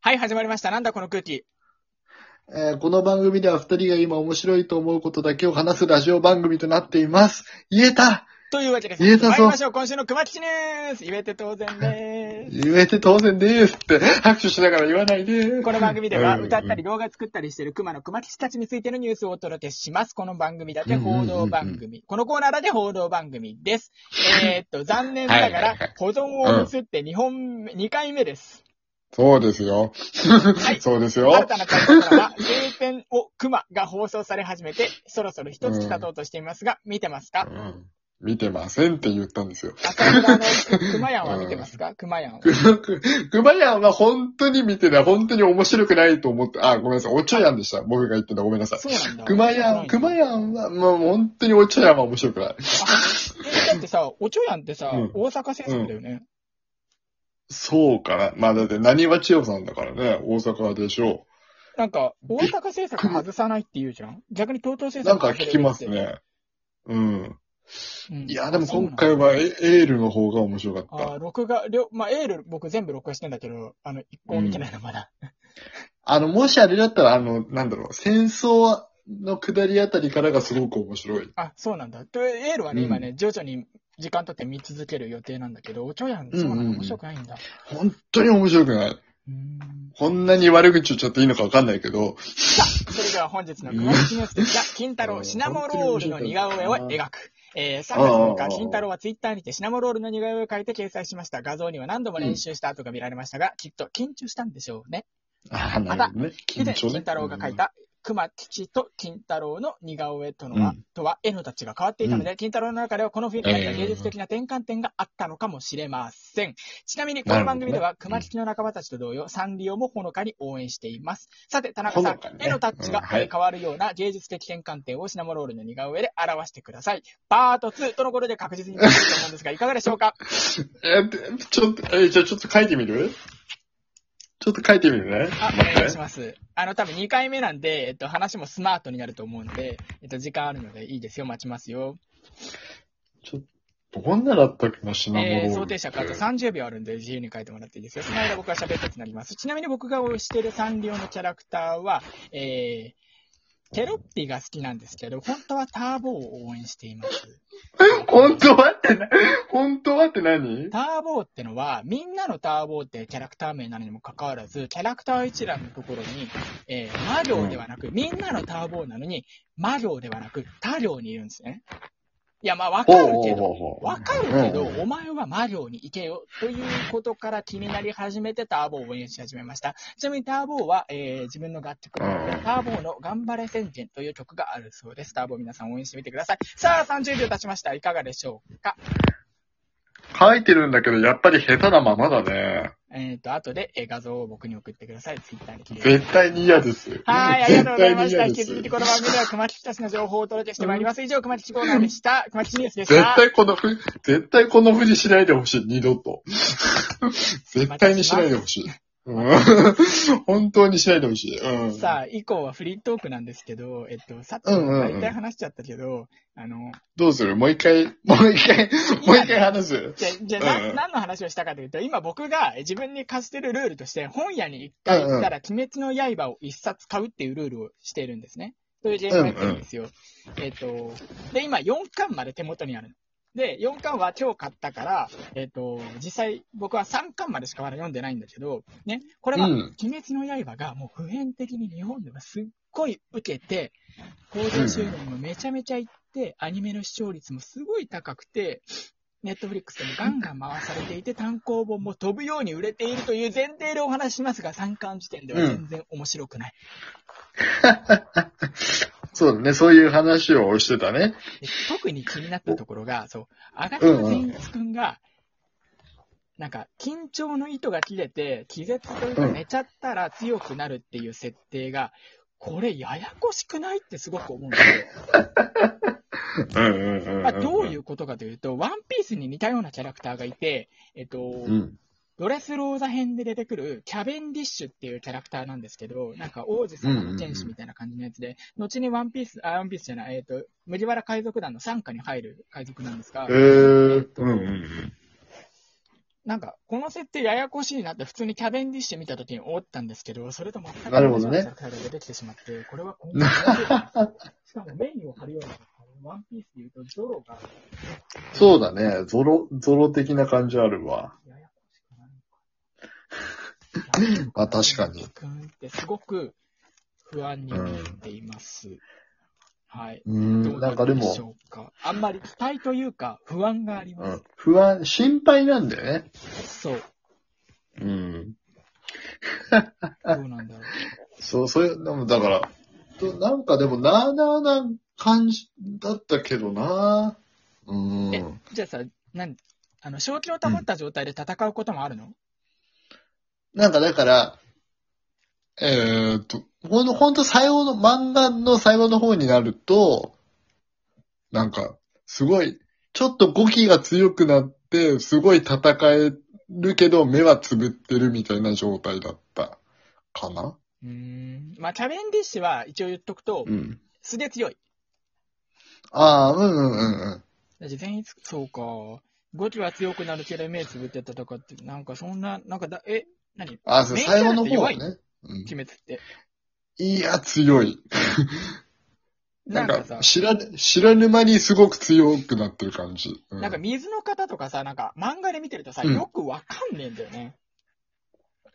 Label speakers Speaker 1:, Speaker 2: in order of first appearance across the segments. Speaker 1: はい、始まりました。なんだこの空気。
Speaker 2: えーこの番組では二人が今面白いと思うことだけを話すラジオ番組となっています。言えた
Speaker 1: というわけです。
Speaker 2: 言えたぞ
Speaker 1: 参りましょう。今週の熊吉ニュース。言えて当然で
Speaker 2: 言えて当然ですって拍手しながら言わないで。
Speaker 1: す。この番組では
Speaker 2: うん
Speaker 1: 歌ったり動画作ったりしている熊の熊吉たちについてのニュースをお届けします。この番組だけ報道番
Speaker 2: うんうん
Speaker 1: 組。このコーナーだけ報道番組です。えーっと、残念なが
Speaker 2: はいはいは
Speaker 1: ら
Speaker 2: い、
Speaker 1: 保存を移って2本目、2回目です。
Speaker 2: そうですよ。そうですよ
Speaker 1: 新たな回答からは、聖戦を熊が放送され始めて、そろそろ一月経とうとしていますが、見てますか
Speaker 2: うん見てませんって言ったん ですよ。
Speaker 1: 朝倉の熊やんは見てますか熊やんは。
Speaker 2: くまやんは本当に見てない。本当に面白くないと思って、あ、ごめんなさい。おちょやんでした。僕が言ってた。ごめんなさい。
Speaker 1: そうなんだ。
Speaker 2: くまやん、くまやんは、もう本当におちょやんは面白くない。
Speaker 1: えだってさ、おちょやんってさ、
Speaker 2: うん
Speaker 1: 大阪制作だよね。
Speaker 2: そうかな。まあだって、何は千代さんだからね。大阪でしょ
Speaker 1: なんか、大阪制作外さないって言うじゃん逆に東東制
Speaker 2: う。なん
Speaker 1: 作
Speaker 2: か
Speaker 1: 外れる
Speaker 2: 聞
Speaker 1: って
Speaker 2: きます。ね。うん。
Speaker 1: うん
Speaker 2: いや、でも今。回はエエールの方が面白かっ
Speaker 1: あそうなんだあ
Speaker 2: た。
Speaker 1: ー、録画、りょまあ、エール、僕全部録画してんだけど、あの、一個も見てないの、まだ。
Speaker 2: あの、もしあれだったら、あの、なんだろう、戦争の下りあたりからがすごく面白い。
Speaker 1: あ、そうなんだ。で、エールはね、
Speaker 2: うん
Speaker 1: 今ね、徐々に時間とって見続ける予定なんだけど、おちょやん、そうな
Speaker 2: うんうんん
Speaker 1: だ。
Speaker 2: うん
Speaker 1: 面白くないんだ。
Speaker 2: 本当に面白くない。
Speaker 1: うーん。
Speaker 2: こんなに悪口言っちゃっていいのかわかんないけど、
Speaker 1: さあ、それでは本日の熊口ニュースですが、金太郎シナモロールの似顔絵を描く。えー、3月6日、金太郎はツイッターにてシナモロールの似顔絵を描いて掲載しました。画像には何度も練習した跡が見られましたが、きっと緊張したんでしょうね。
Speaker 2: ああ、なるほどね。緊
Speaker 1: 以前、
Speaker 2: 張
Speaker 1: 金
Speaker 2: ね。
Speaker 1: 太郎が描いた熊吉と金太郎の似顔絵とのは、
Speaker 2: うん
Speaker 1: とは絵のたちが変わっていたので、金太郎の中ではこの雰囲気に合った芸術的な転換点があったのかもしれません。ちなみに、この番組では、
Speaker 2: なるほどね
Speaker 1: 熊吉の仲間たちと同様、サンリオもほのかに応援しています。さて、田中さ
Speaker 2: ほの
Speaker 1: ん
Speaker 2: か、にね
Speaker 1: 絵のタッチが
Speaker 2: うんはい
Speaker 1: 変わるような芸術的転換点をシナモロールの似顔絵で表してください。パート2とのことで確実にできると思うんですが、いかがでしょうか
Speaker 2: えーでちょっと、えーじゃあちょっと書いてみるちょっと書いてみるね。
Speaker 1: あ、
Speaker 2: 待
Speaker 1: お願
Speaker 2: っ
Speaker 1: い
Speaker 2: て
Speaker 1: し。ます。あの、多分2回目なんで、えっと、話もスマートになると思うんで、えっと、時間あるのでいいですよ、待ちますよ。
Speaker 2: ちょっと、どんなだったっけな、シナモロールっ
Speaker 1: え
Speaker 2: て。
Speaker 1: ー、想定尺あと30秒あるんで自由に書いてもらっていいですよ。その間僕が喋ることになります。ちなみに僕が推してるサンリオのキャラクターは、えー、テロッピが好きなんですけど、本当はターボを応援しています。
Speaker 2: 本当はってな、本当はって何
Speaker 1: ターボーってのは、みんなのターボーってキャラクター名なのにもかかわらず、キャラクター一覧のところに、えー、魔行ではなく、みんなのターボーなのに、魔行ではなく、他行にいるんですね。いや、まあわかるけど、
Speaker 2: うほ
Speaker 1: わかるけど、
Speaker 2: うん
Speaker 1: お前はマリオに行けよ、ということから気になり始めてターボーを応援し始めました。ちなみにターボーは、えー自分の楽曲の中
Speaker 2: う
Speaker 1: で、
Speaker 2: ん
Speaker 1: ターボーの頑張れ宣言という曲があるそうです。ターボー皆さん応援してみてください。さあ、30秒経ちました。いかがでしょうか
Speaker 2: 書いてるんだけど、やっぱり下手なままだね。
Speaker 1: えっ、と、後でえー画像を僕に送ってください。ツイッターに切り
Speaker 2: 絶対に嫌です。
Speaker 1: はい、ありがとうございました。引き
Speaker 2: 絶対
Speaker 1: 続
Speaker 2: に
Speaker 1: き
Speaker 2: 嫌
Speaker 1: こ
Speaker 2: で。
Speaker 1: の番組では熊吉たちの情報をお届けしてまいります。以上、熊吉コーナーでした。熊吉ニュースですした。
Speaker 2: 絶対このふ、絶対このふりしないでほしい、二 度と。絶対にしないでほしい。うん、本当にしないでほしい。うん、
Speaker 1: さあ、以降はフリートークなんですけど、えっと、さっき
Speaker 2: うんうんうん
Speaker 1: 大体話しちゃったけど、あの、
Speaker 2: どうするもう一回、もう一回、もう一回話す。
Speaker 1: じゃ、じゃあ、
Speaker 2: うんう
Speaker 1: なん何の話をしたかというと、今僕が自分に課してるルールとして、本屋に一回行ったら、鬼滅の刃を一冊買うっていうルールをしているんですね。そういうゲームをやってるんですよ。えっと、で、今4巻まで手元にあるの。で、4巻は今日買ったから、えっ、と、実際僕は3巻までしかまだ読んでないんだけど、ね、これは、
Speaker 2: うん
Speaker 1: 鬼滅の刃がもう普遍的に日本ではすっごい受けて、興行収入もめちゃめちゃいって、アニメの視聴率もすごい高くて、ネットフリックスでもガンガン回されてい て、単行本も飛ぶように売れているという前提でお話ししますが、3巻時点では全然面白くない。
Speaker 2: そうだね、そういう話をしてたね。
Speaker 1: で特に気になったところが、そう、アガサ善一くんが、なんか、緊張の糸が切れて、気絶というか
Speaker 2: うん
Speaker 1: 寝ちゃったら強くなるっていう設定が、これややこしくないってすごく思うんですよ。
Speaker 2: うんうんうんんん。
Speaker 1: まあ、どういうことかというと、ワンピースに似たようなキャラクターがいて、えっと、
Speaker 2: うん。
Speaker 1: ドレスローザ編で出てくるキャベンディッシュっていうキャラクターなんですけど、なんか王子様の天使みたいな感じのやつで、後にワンピース、あ、ワンピースじゃない、えっ、と、麦わら海賊団の傘下に入る海賊なんですが
Speaker 2: え、ー、
Speaker 1: と
Speaker 2: うんうんうん。
Speaker 1: なんか、この設定ややこしいなって普通にキャベンディッシュ見た時に思ったんですけど、それと全く
Speaker 2: なるほ
Speaker 1: 同じ
Speaker 2: ど
Speaker 1: よう
Speaker 2: ね
Speaker 1: なキャラクターが出てきてしまって、これは今後面白いしかもメインを張るような、ワンピースで言うと、ゾロが
Speaker 2: そうだね。ゾロ、ゾロ的な感じあるわ。
Speaker 1: ややこしくないのか
Speaker 2: あ確かに。
Speaker 1: ってすごく不安に思っています。はい。
Speaker 2: う
Speaker 1: ど
Speaker 2: ん、
Speaker 1: う
Speaker 2: なんかで
Speaker 1: なる
Speaker 2: も
Speaker 1: でし、ょうか。あんまり期待というか、不安があり
Speaker 2: う
Speaker 1: ま
Speaker 2: ん、不安、心配なんだよね。
Speaker 1: す。そう。
Speaker 2: うん。
Speaker 1: どうなんだろう。
Speaker 2: そう、そういう、でもだから、となんかでも、なあなあな感じだったけどなうん。
Speaker 1: えじゃあさ、なんあの正気を保った状態で戦うこともあるの、
Speaker 2: なんかだから、えー、っと、ほんと、ほんと最後の、漫画の最後の方になると、なんか、すごい、ちょっと語気が強くなって、すごい戦えるけど、目はつぶってるみたいな状態だったかな
Speaker 1: うーん。まあ、キャベンディッシュは一応言っとくと
Speaker 2: う、ん。
Speaker 1: 素で強い。
Speaker 2: ああ、うんうんうんうん。
Speaker 1: だって全員つ、そうか。ゴキは強くなるけど目つぶって戦って、なんかそんな、なんかだ、え、何
Speaker 2: ああ、そう、
Speaker 1: メイン
Speaker 2: 最後の
Speaker 1: キャ
Speaker 2: 方
Speaker 1: ラっ
Speaker 2: は
Speaker 1: て弱
Speaker 2: ね。うん
Speaker 1: 鬼滅って。
Speaker 2: いや、強い。
Speaker 1: な
Speaker 2: なんん
Speaker 1: かさ、、
Speaker 2: か知らぬ、知らぬ間にすごく強くなってる感じ。う
Speaker 1: なんか水の方とかさ、なんか漫画で見てるとさ、
Speaker 2: うん
Speaker 1: よくわかんねえんだよね。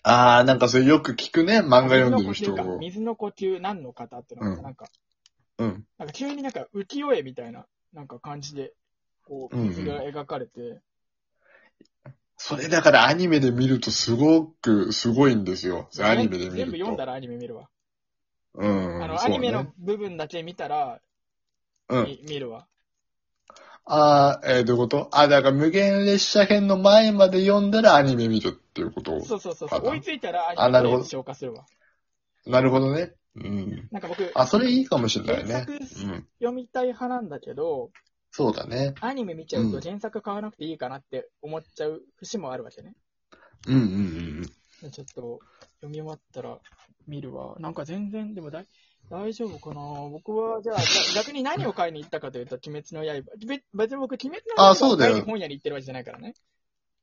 Speaker 2: ああ、なんかそれよく聞くね、漫画読んでる人
Speaker 1: 水の呼吸か水の呼吸、何の方ってのがさ、
Speaker 2: うん
Speaker 1: なんか、
Speaker 2: うん。
Speaker 1: なんか急になんか浮世絵みたいな、なんか感じで、こう、
Speaker 2: うんうん
Speaker 1: 水が描かれて、
Speaker 2: それだからアニメで見るとすごく、すごいんですよ。アニメで見ると。
Speaker 1: 全部読んだらアニメ見るわ。
Speaker 2: うん。
Speaker 1: あの、
Speaker 2: そ
Speaker 1: ア
Speaker 2: うね
Speaker 1: ニメの部分だけ見たら、
Speaker 2: うん。
Speaker 1: み見るわ。
Speaker 2: ああ、えーどういうことあ、だから無限列車編の前まで読んだらアニメ見るっていうこと
Speaker 1: そうそうそうそう。
Speaker 2: あ
Speaker 1: 追いついたらア
Speaker 2: あ
Speaker 1: ニメ
Speaker 2: な
Speaker 1: で
Speaker 2: るほど
Speaker 1: 消化するわ。
Speaker 2: なるほどね。うん。
Speaker 1: なんか僕、
Speaker 2: あ、それいいかもしれない
Speaker 1: 原
Speaker 2: ね。
Speaker 1: 作
Speaker 2: うん。
Speaker 1: 読みたい派なんだけど、
Speaker 2: そうだね。
Speaker 1: アニメ見ちゃう
Speaker 2: う
Speaker 1: と
Speaker 2: ん
Speaker 1: 原作買わなくていいかなって思っちゃう節もあるわけね。
Speaker 2: うんうんうん
Speaker 1: ちょっと、読み終わったら見るわ。なんか全然、でもだい大丈夫かな僕は、じゃあ、じゃ逆に何を買いに行ったかというと、鬼滅の刃。べ別に僕、鬼滅の刃
Speaker 2: あそうだ
Speaker 1: を
Speaker 2: よ
Speaker 1: 買いに本屋に行ってるわけじゃないからね。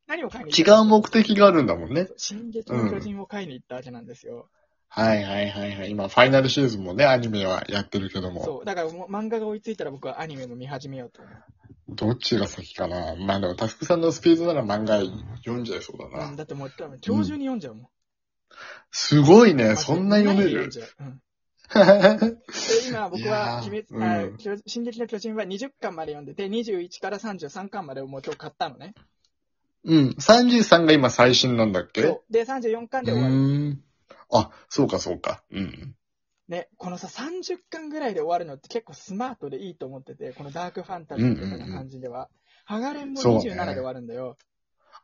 Speaker 1: 何を買い
Speaker 2: うん。
Speaker 1: に
Speaker 2: 違
Speaker 1: ったか
Speaker 2: う目的があるんだもんね。
Speaker 1: 進撃の巨人を買いに行ったわけなんですよ。
Speaker 2: はいはいはいはい。今、ファイナルシーズンもね、アニメはやってるけども。
Speaker 1: そう、だからもう漫画が追いついたら僕はアニメも見始めようと思う。
Speaker 2: どっちが先かな。まあでも、タスクさんのスピードなら漫画読んじゃいそうだ
Speaker 1: う
Speaker 2: な。
Speaker 1: ん、だってもう多分今日中に読んじゃうもん。
Speaker 2: すごいね。
Speaker 1: マジで
Speaker 2: そんな読める
Speaker 1: 何じゃううん、
Speaker 2: う
Speaker 1: で 今僕は鬼滅、
Speaker 2: いや
Speaker 1: あ
Speaker 2: ーうん
Speaker 1: 巨進撃の巨人は20巻まで読んでて、21から33巻までをもう今日買ったのね。
Speaker 2: ん。33が今最新なんだっけ
Speaker 1: そうで、34巻で終わ
Speaker 2: う
Speaker 1: る。
Speaker 2: ーんあ、そうかそうか。うん。
Speaker 1: ね、このさ、30巻ぐらいで終わるのって結構スマートでいいと思ってて、このダークファンタジーみたいな感じでは。ハガレンも
Speaker 2: そうね
Speaker 1: 27で終わるんだよ。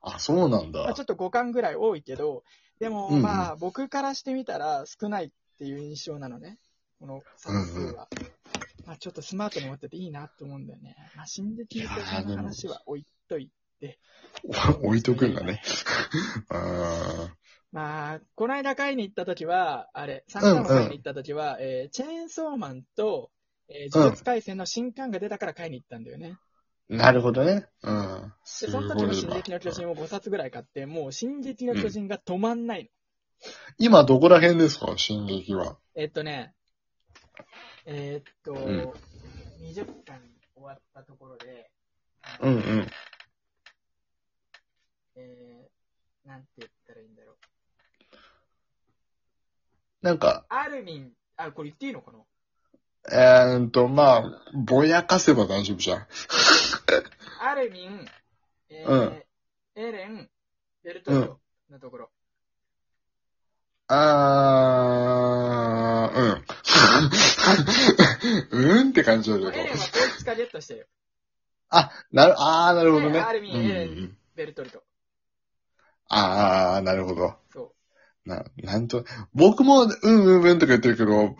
Speaker 2: あ、そうなん
Speaker 1: まあ、
Speaker 2: だ
Speaker 1: ちょ。っと5巻ぐらい多いけど、でも、
Speaker 2: うんうん
Speaker 1: まあ、僕からしてみたら少ないっていう印象なのね。この算数
Speaker 2: うんうん
Speaker 1: は。まあ、ちょっとスマートに持ってていいなと思うんだよね。まあ、進撃の巨
Speaker 2: いやー
Speaker 1: 人
Speaker 2: で
Speaker 1: の
Speaker 2: も
Speaker 1: 話は置いといて。
Speaker 2: お置いとくんだね。 あ
Speaker 1: まあ、この間買いに行った時は、あれ、3巻を買いに行った時は、えーチェーンソーマンと、えー、呪術廻戦の新刊が出たから買いに行ったんだよね。
Speaker 2: ーなるほどね。うん。す
Speaker 1: で、
Speaker 2: ご
Speaker 1: そ
Speaker 2: い
Speaker 1: の
Speaker 2: わ
Speaker 1: 時も進撃の巨人を5冊ぐらい買って、もう進撃の巨人が止まんないの
Speaker 2: 今どこら辺ですか進撃は。
Speaker 1: えっとね、えーっと、
Speaker 2: ん
Speaker 1: 20巻終わったところで、
Speaker 2: うんうん。
Speaker 1: えー、なんて言ったらいいんだろう。
Speaker 2: なんか、
Speaker 1: アルミン、あ、これ言っていいのかな
Speaker 2: えーっと、まあ、ぼやかせば大丈夫じゃん。
Speaker 1: アルミン、えー
Speaker 2: うん
Speaker 1: エレン、ベルトルトのところ。
Speaker 2: あー、 うん。うんって感じだけ
Speaker 1: もうエ。
Speaker 2: ど
Speaker 1: レンはこいつかゲットしてる。
Speaker 2: あ、なる、あー、なるほど
Speaker 1: で
Speaker 2: ね。
Speaker 1: アルミン
Speaker 2: うんうん
Speaker 1: エレ
Speaker 2: うん
Speaker 1: ベルトルト。
Speaker 2: ああ、なるほど。
Speaker 1: そ
Speaker 2: な、なんと、僕も、うんうんうんとか言ってるけど、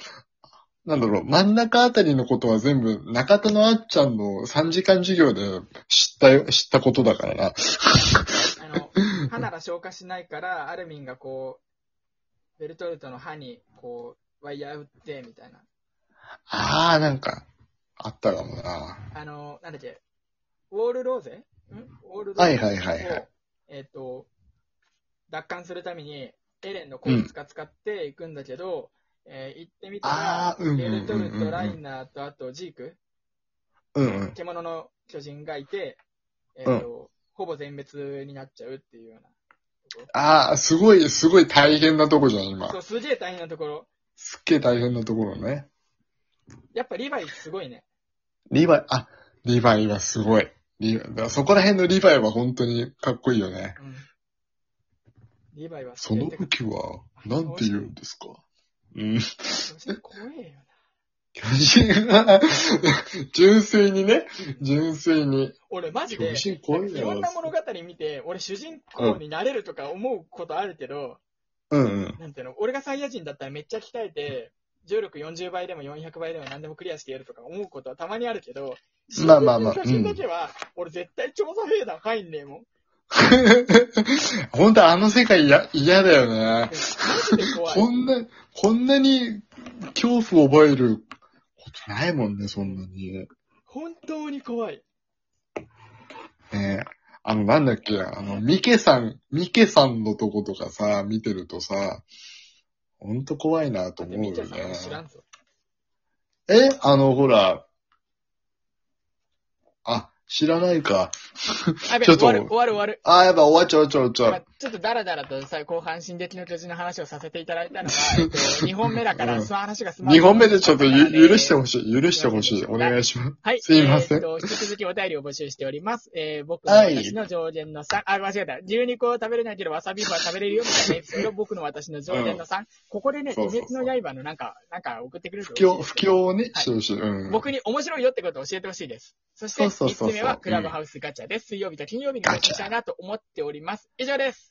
Speaker 2: なんだろう、真ん中あたりのことは全部、中田のあっちゃんの3時間授業で知ったよ、知ったことだからな。
Speaker 1: う。あ の、歯なら消化しないから、アルミンがこう、ベルトルトの歯に、こう、ワイヤー打って、みたいな。
Speaker 2: ああ、なんか、あったかもな。
Speaker 1: あの、なんだっけ、ウォールローゼんウォールローゼ
Speaker 2: はいはいはいはい
Speaker 1: をえっ、と、奪還するために、エレンの効率化使っていくんだけど、えー行ってみたら
Speaker 2: あ、ーうんうんうんう
Speaker 1: ベル
Speaker 2: ん
Speaker 1: トルト、ライナーと、あとジーク、
Speaker 2: うんうん。
Speaker 1: 獣の巨人がいて、えっ、と、ほぼ全滅になっちゃうっていうよう
Speaker 2: ああ、すごい、すごい大変なとこじゃん、
Speaker 1: な。
Speaker 2: 今
Speaker 1: そ。う、すげえ大変なところ。
Speaker 2: すっげえ大変なところね。
Speaker 1: やっぱリヴァイすごいね。
Speaker 2: リヴァイ、あ、リヴァイはすごい。リヴァイだからそこら辺のリヴァイは本当にかっこいいよね。
Speaker 1: うん。リヴァイはす
Speaker 2: そ
Speaker 1: げえ
Speaker 2: の武器は、なんて言うんですかうん。
Speaker 1: てか怖えよな。
Speaker 2: 巨人は、 純粋にね、 純粋に。
Speaker 1: 俺マジ
Speaker 2: 巨
Speaker 1: で、
Speaker 2: 人怖い
Speaker 1: いろん
Speaker 2: な
Speaker 1: な。物語見て、俺主人公になれるとか思うことあるけど、
Speaker 2: うんうん。
Speaker 1: なんていうの、俺がサイヤ人だったらめっちゃ鍛えて、重力40倍でも400倍でも何でもクリアしてやるとか思うことはたまにあるけど、
Speaker 2: まあまあまあ
Speaker 1: 新人の巨人だけは、俺絶対調査兵団入んねえ もん。
Speaker 2: 本当あの世界や嫌だよ
Speaker 1: マ。
Speaker 2: ね
Speaker 1: ジで怖い。
Speaker 2: こんな、こんなに恐怖を覚えることないもんね、そんなに。
Speaker 1: 本当に怖い。
Speaker 2: ねえ。あの、なんだっけ、あの、ミケさん、ミケさんのとことかさ、見てるとさ、ほんと怖いなと
Speaker 1: だって、
Speaker 2: 思う
Speaker 1: みー
Speaker 2: よ
Speaker 1: ちゃんさんも知ら
Speaker 2: ね。
Speaker 1: んぞ。
Speaker 2: えあの、ほら。あ、知らないか。
Speaker 1: あ、べ、
Speaker 2: ちょ
Speaker 1: 終
Speaker 2: っと
Speaker 1: わる、終わる、終わる。
Speaker 2: あ、やっぱ終わっちゃう、終わっちゃう、終
Speaker 1: ま
Speaker 2: わ
Speaker 1: あ
Speaker 2: っち
Speaker 1: ちょっとダラダラとさ、後半、進撃の巨人の話をさせていただいた のは、えっと、2本目だか
Speaker 2: う
Speaker 1: ら、
Speaker 2: ん
Speaker 1: その話が
Speaker 2: ゃ
Speaker 1: 済
Speaker 2: う。
Speaker 1: まない
Speaker 2: 2本目でちょっとゆ許して
Speaker 1: ほしい
Speaker 2: ほしい。許してほしい。お願いします。
Speaker 1: はい。
Speaker 2: すいません
Speaker 1: えーと、引き続きお便りを募集しております。えー、僕の
Speaker 2: はい
Speaker 1: 私の上限の3、あ、間違えた。牛肉を食べれないけど、わさビーフは食べれるよみたいなやつけど、僕の私の上限の3。ここでね、
Speaker 2: そう
Speaker 1: 鬼
Speaker 2: そうそう
Speaker 1: 滅の刃のなんか、なんか送ってくれると
Speaker 2: 不
Speaker 1: 嬉しい
Speaker 2: 況、
Speaker 1: です
Speaker 2: 不
Speaker 1: け
Speaker 2: 況
Speaker 1: ど
Speaker 2: をね、してほしい。うん。
Speaker 1: 僕に面白いよってことを教えてほしいです。そして、
Speaker 2: そうそうそうそう
Speaker 1: 3つ目はクラブハウスガチャです。水曜日と金曜日に
Speaker 2: ガ
Speaker 1: 募
Speaker 2: チ
Speaker 1: 集
Speaker 2: ャ
Speaker 1: したいなと思っております。以上です。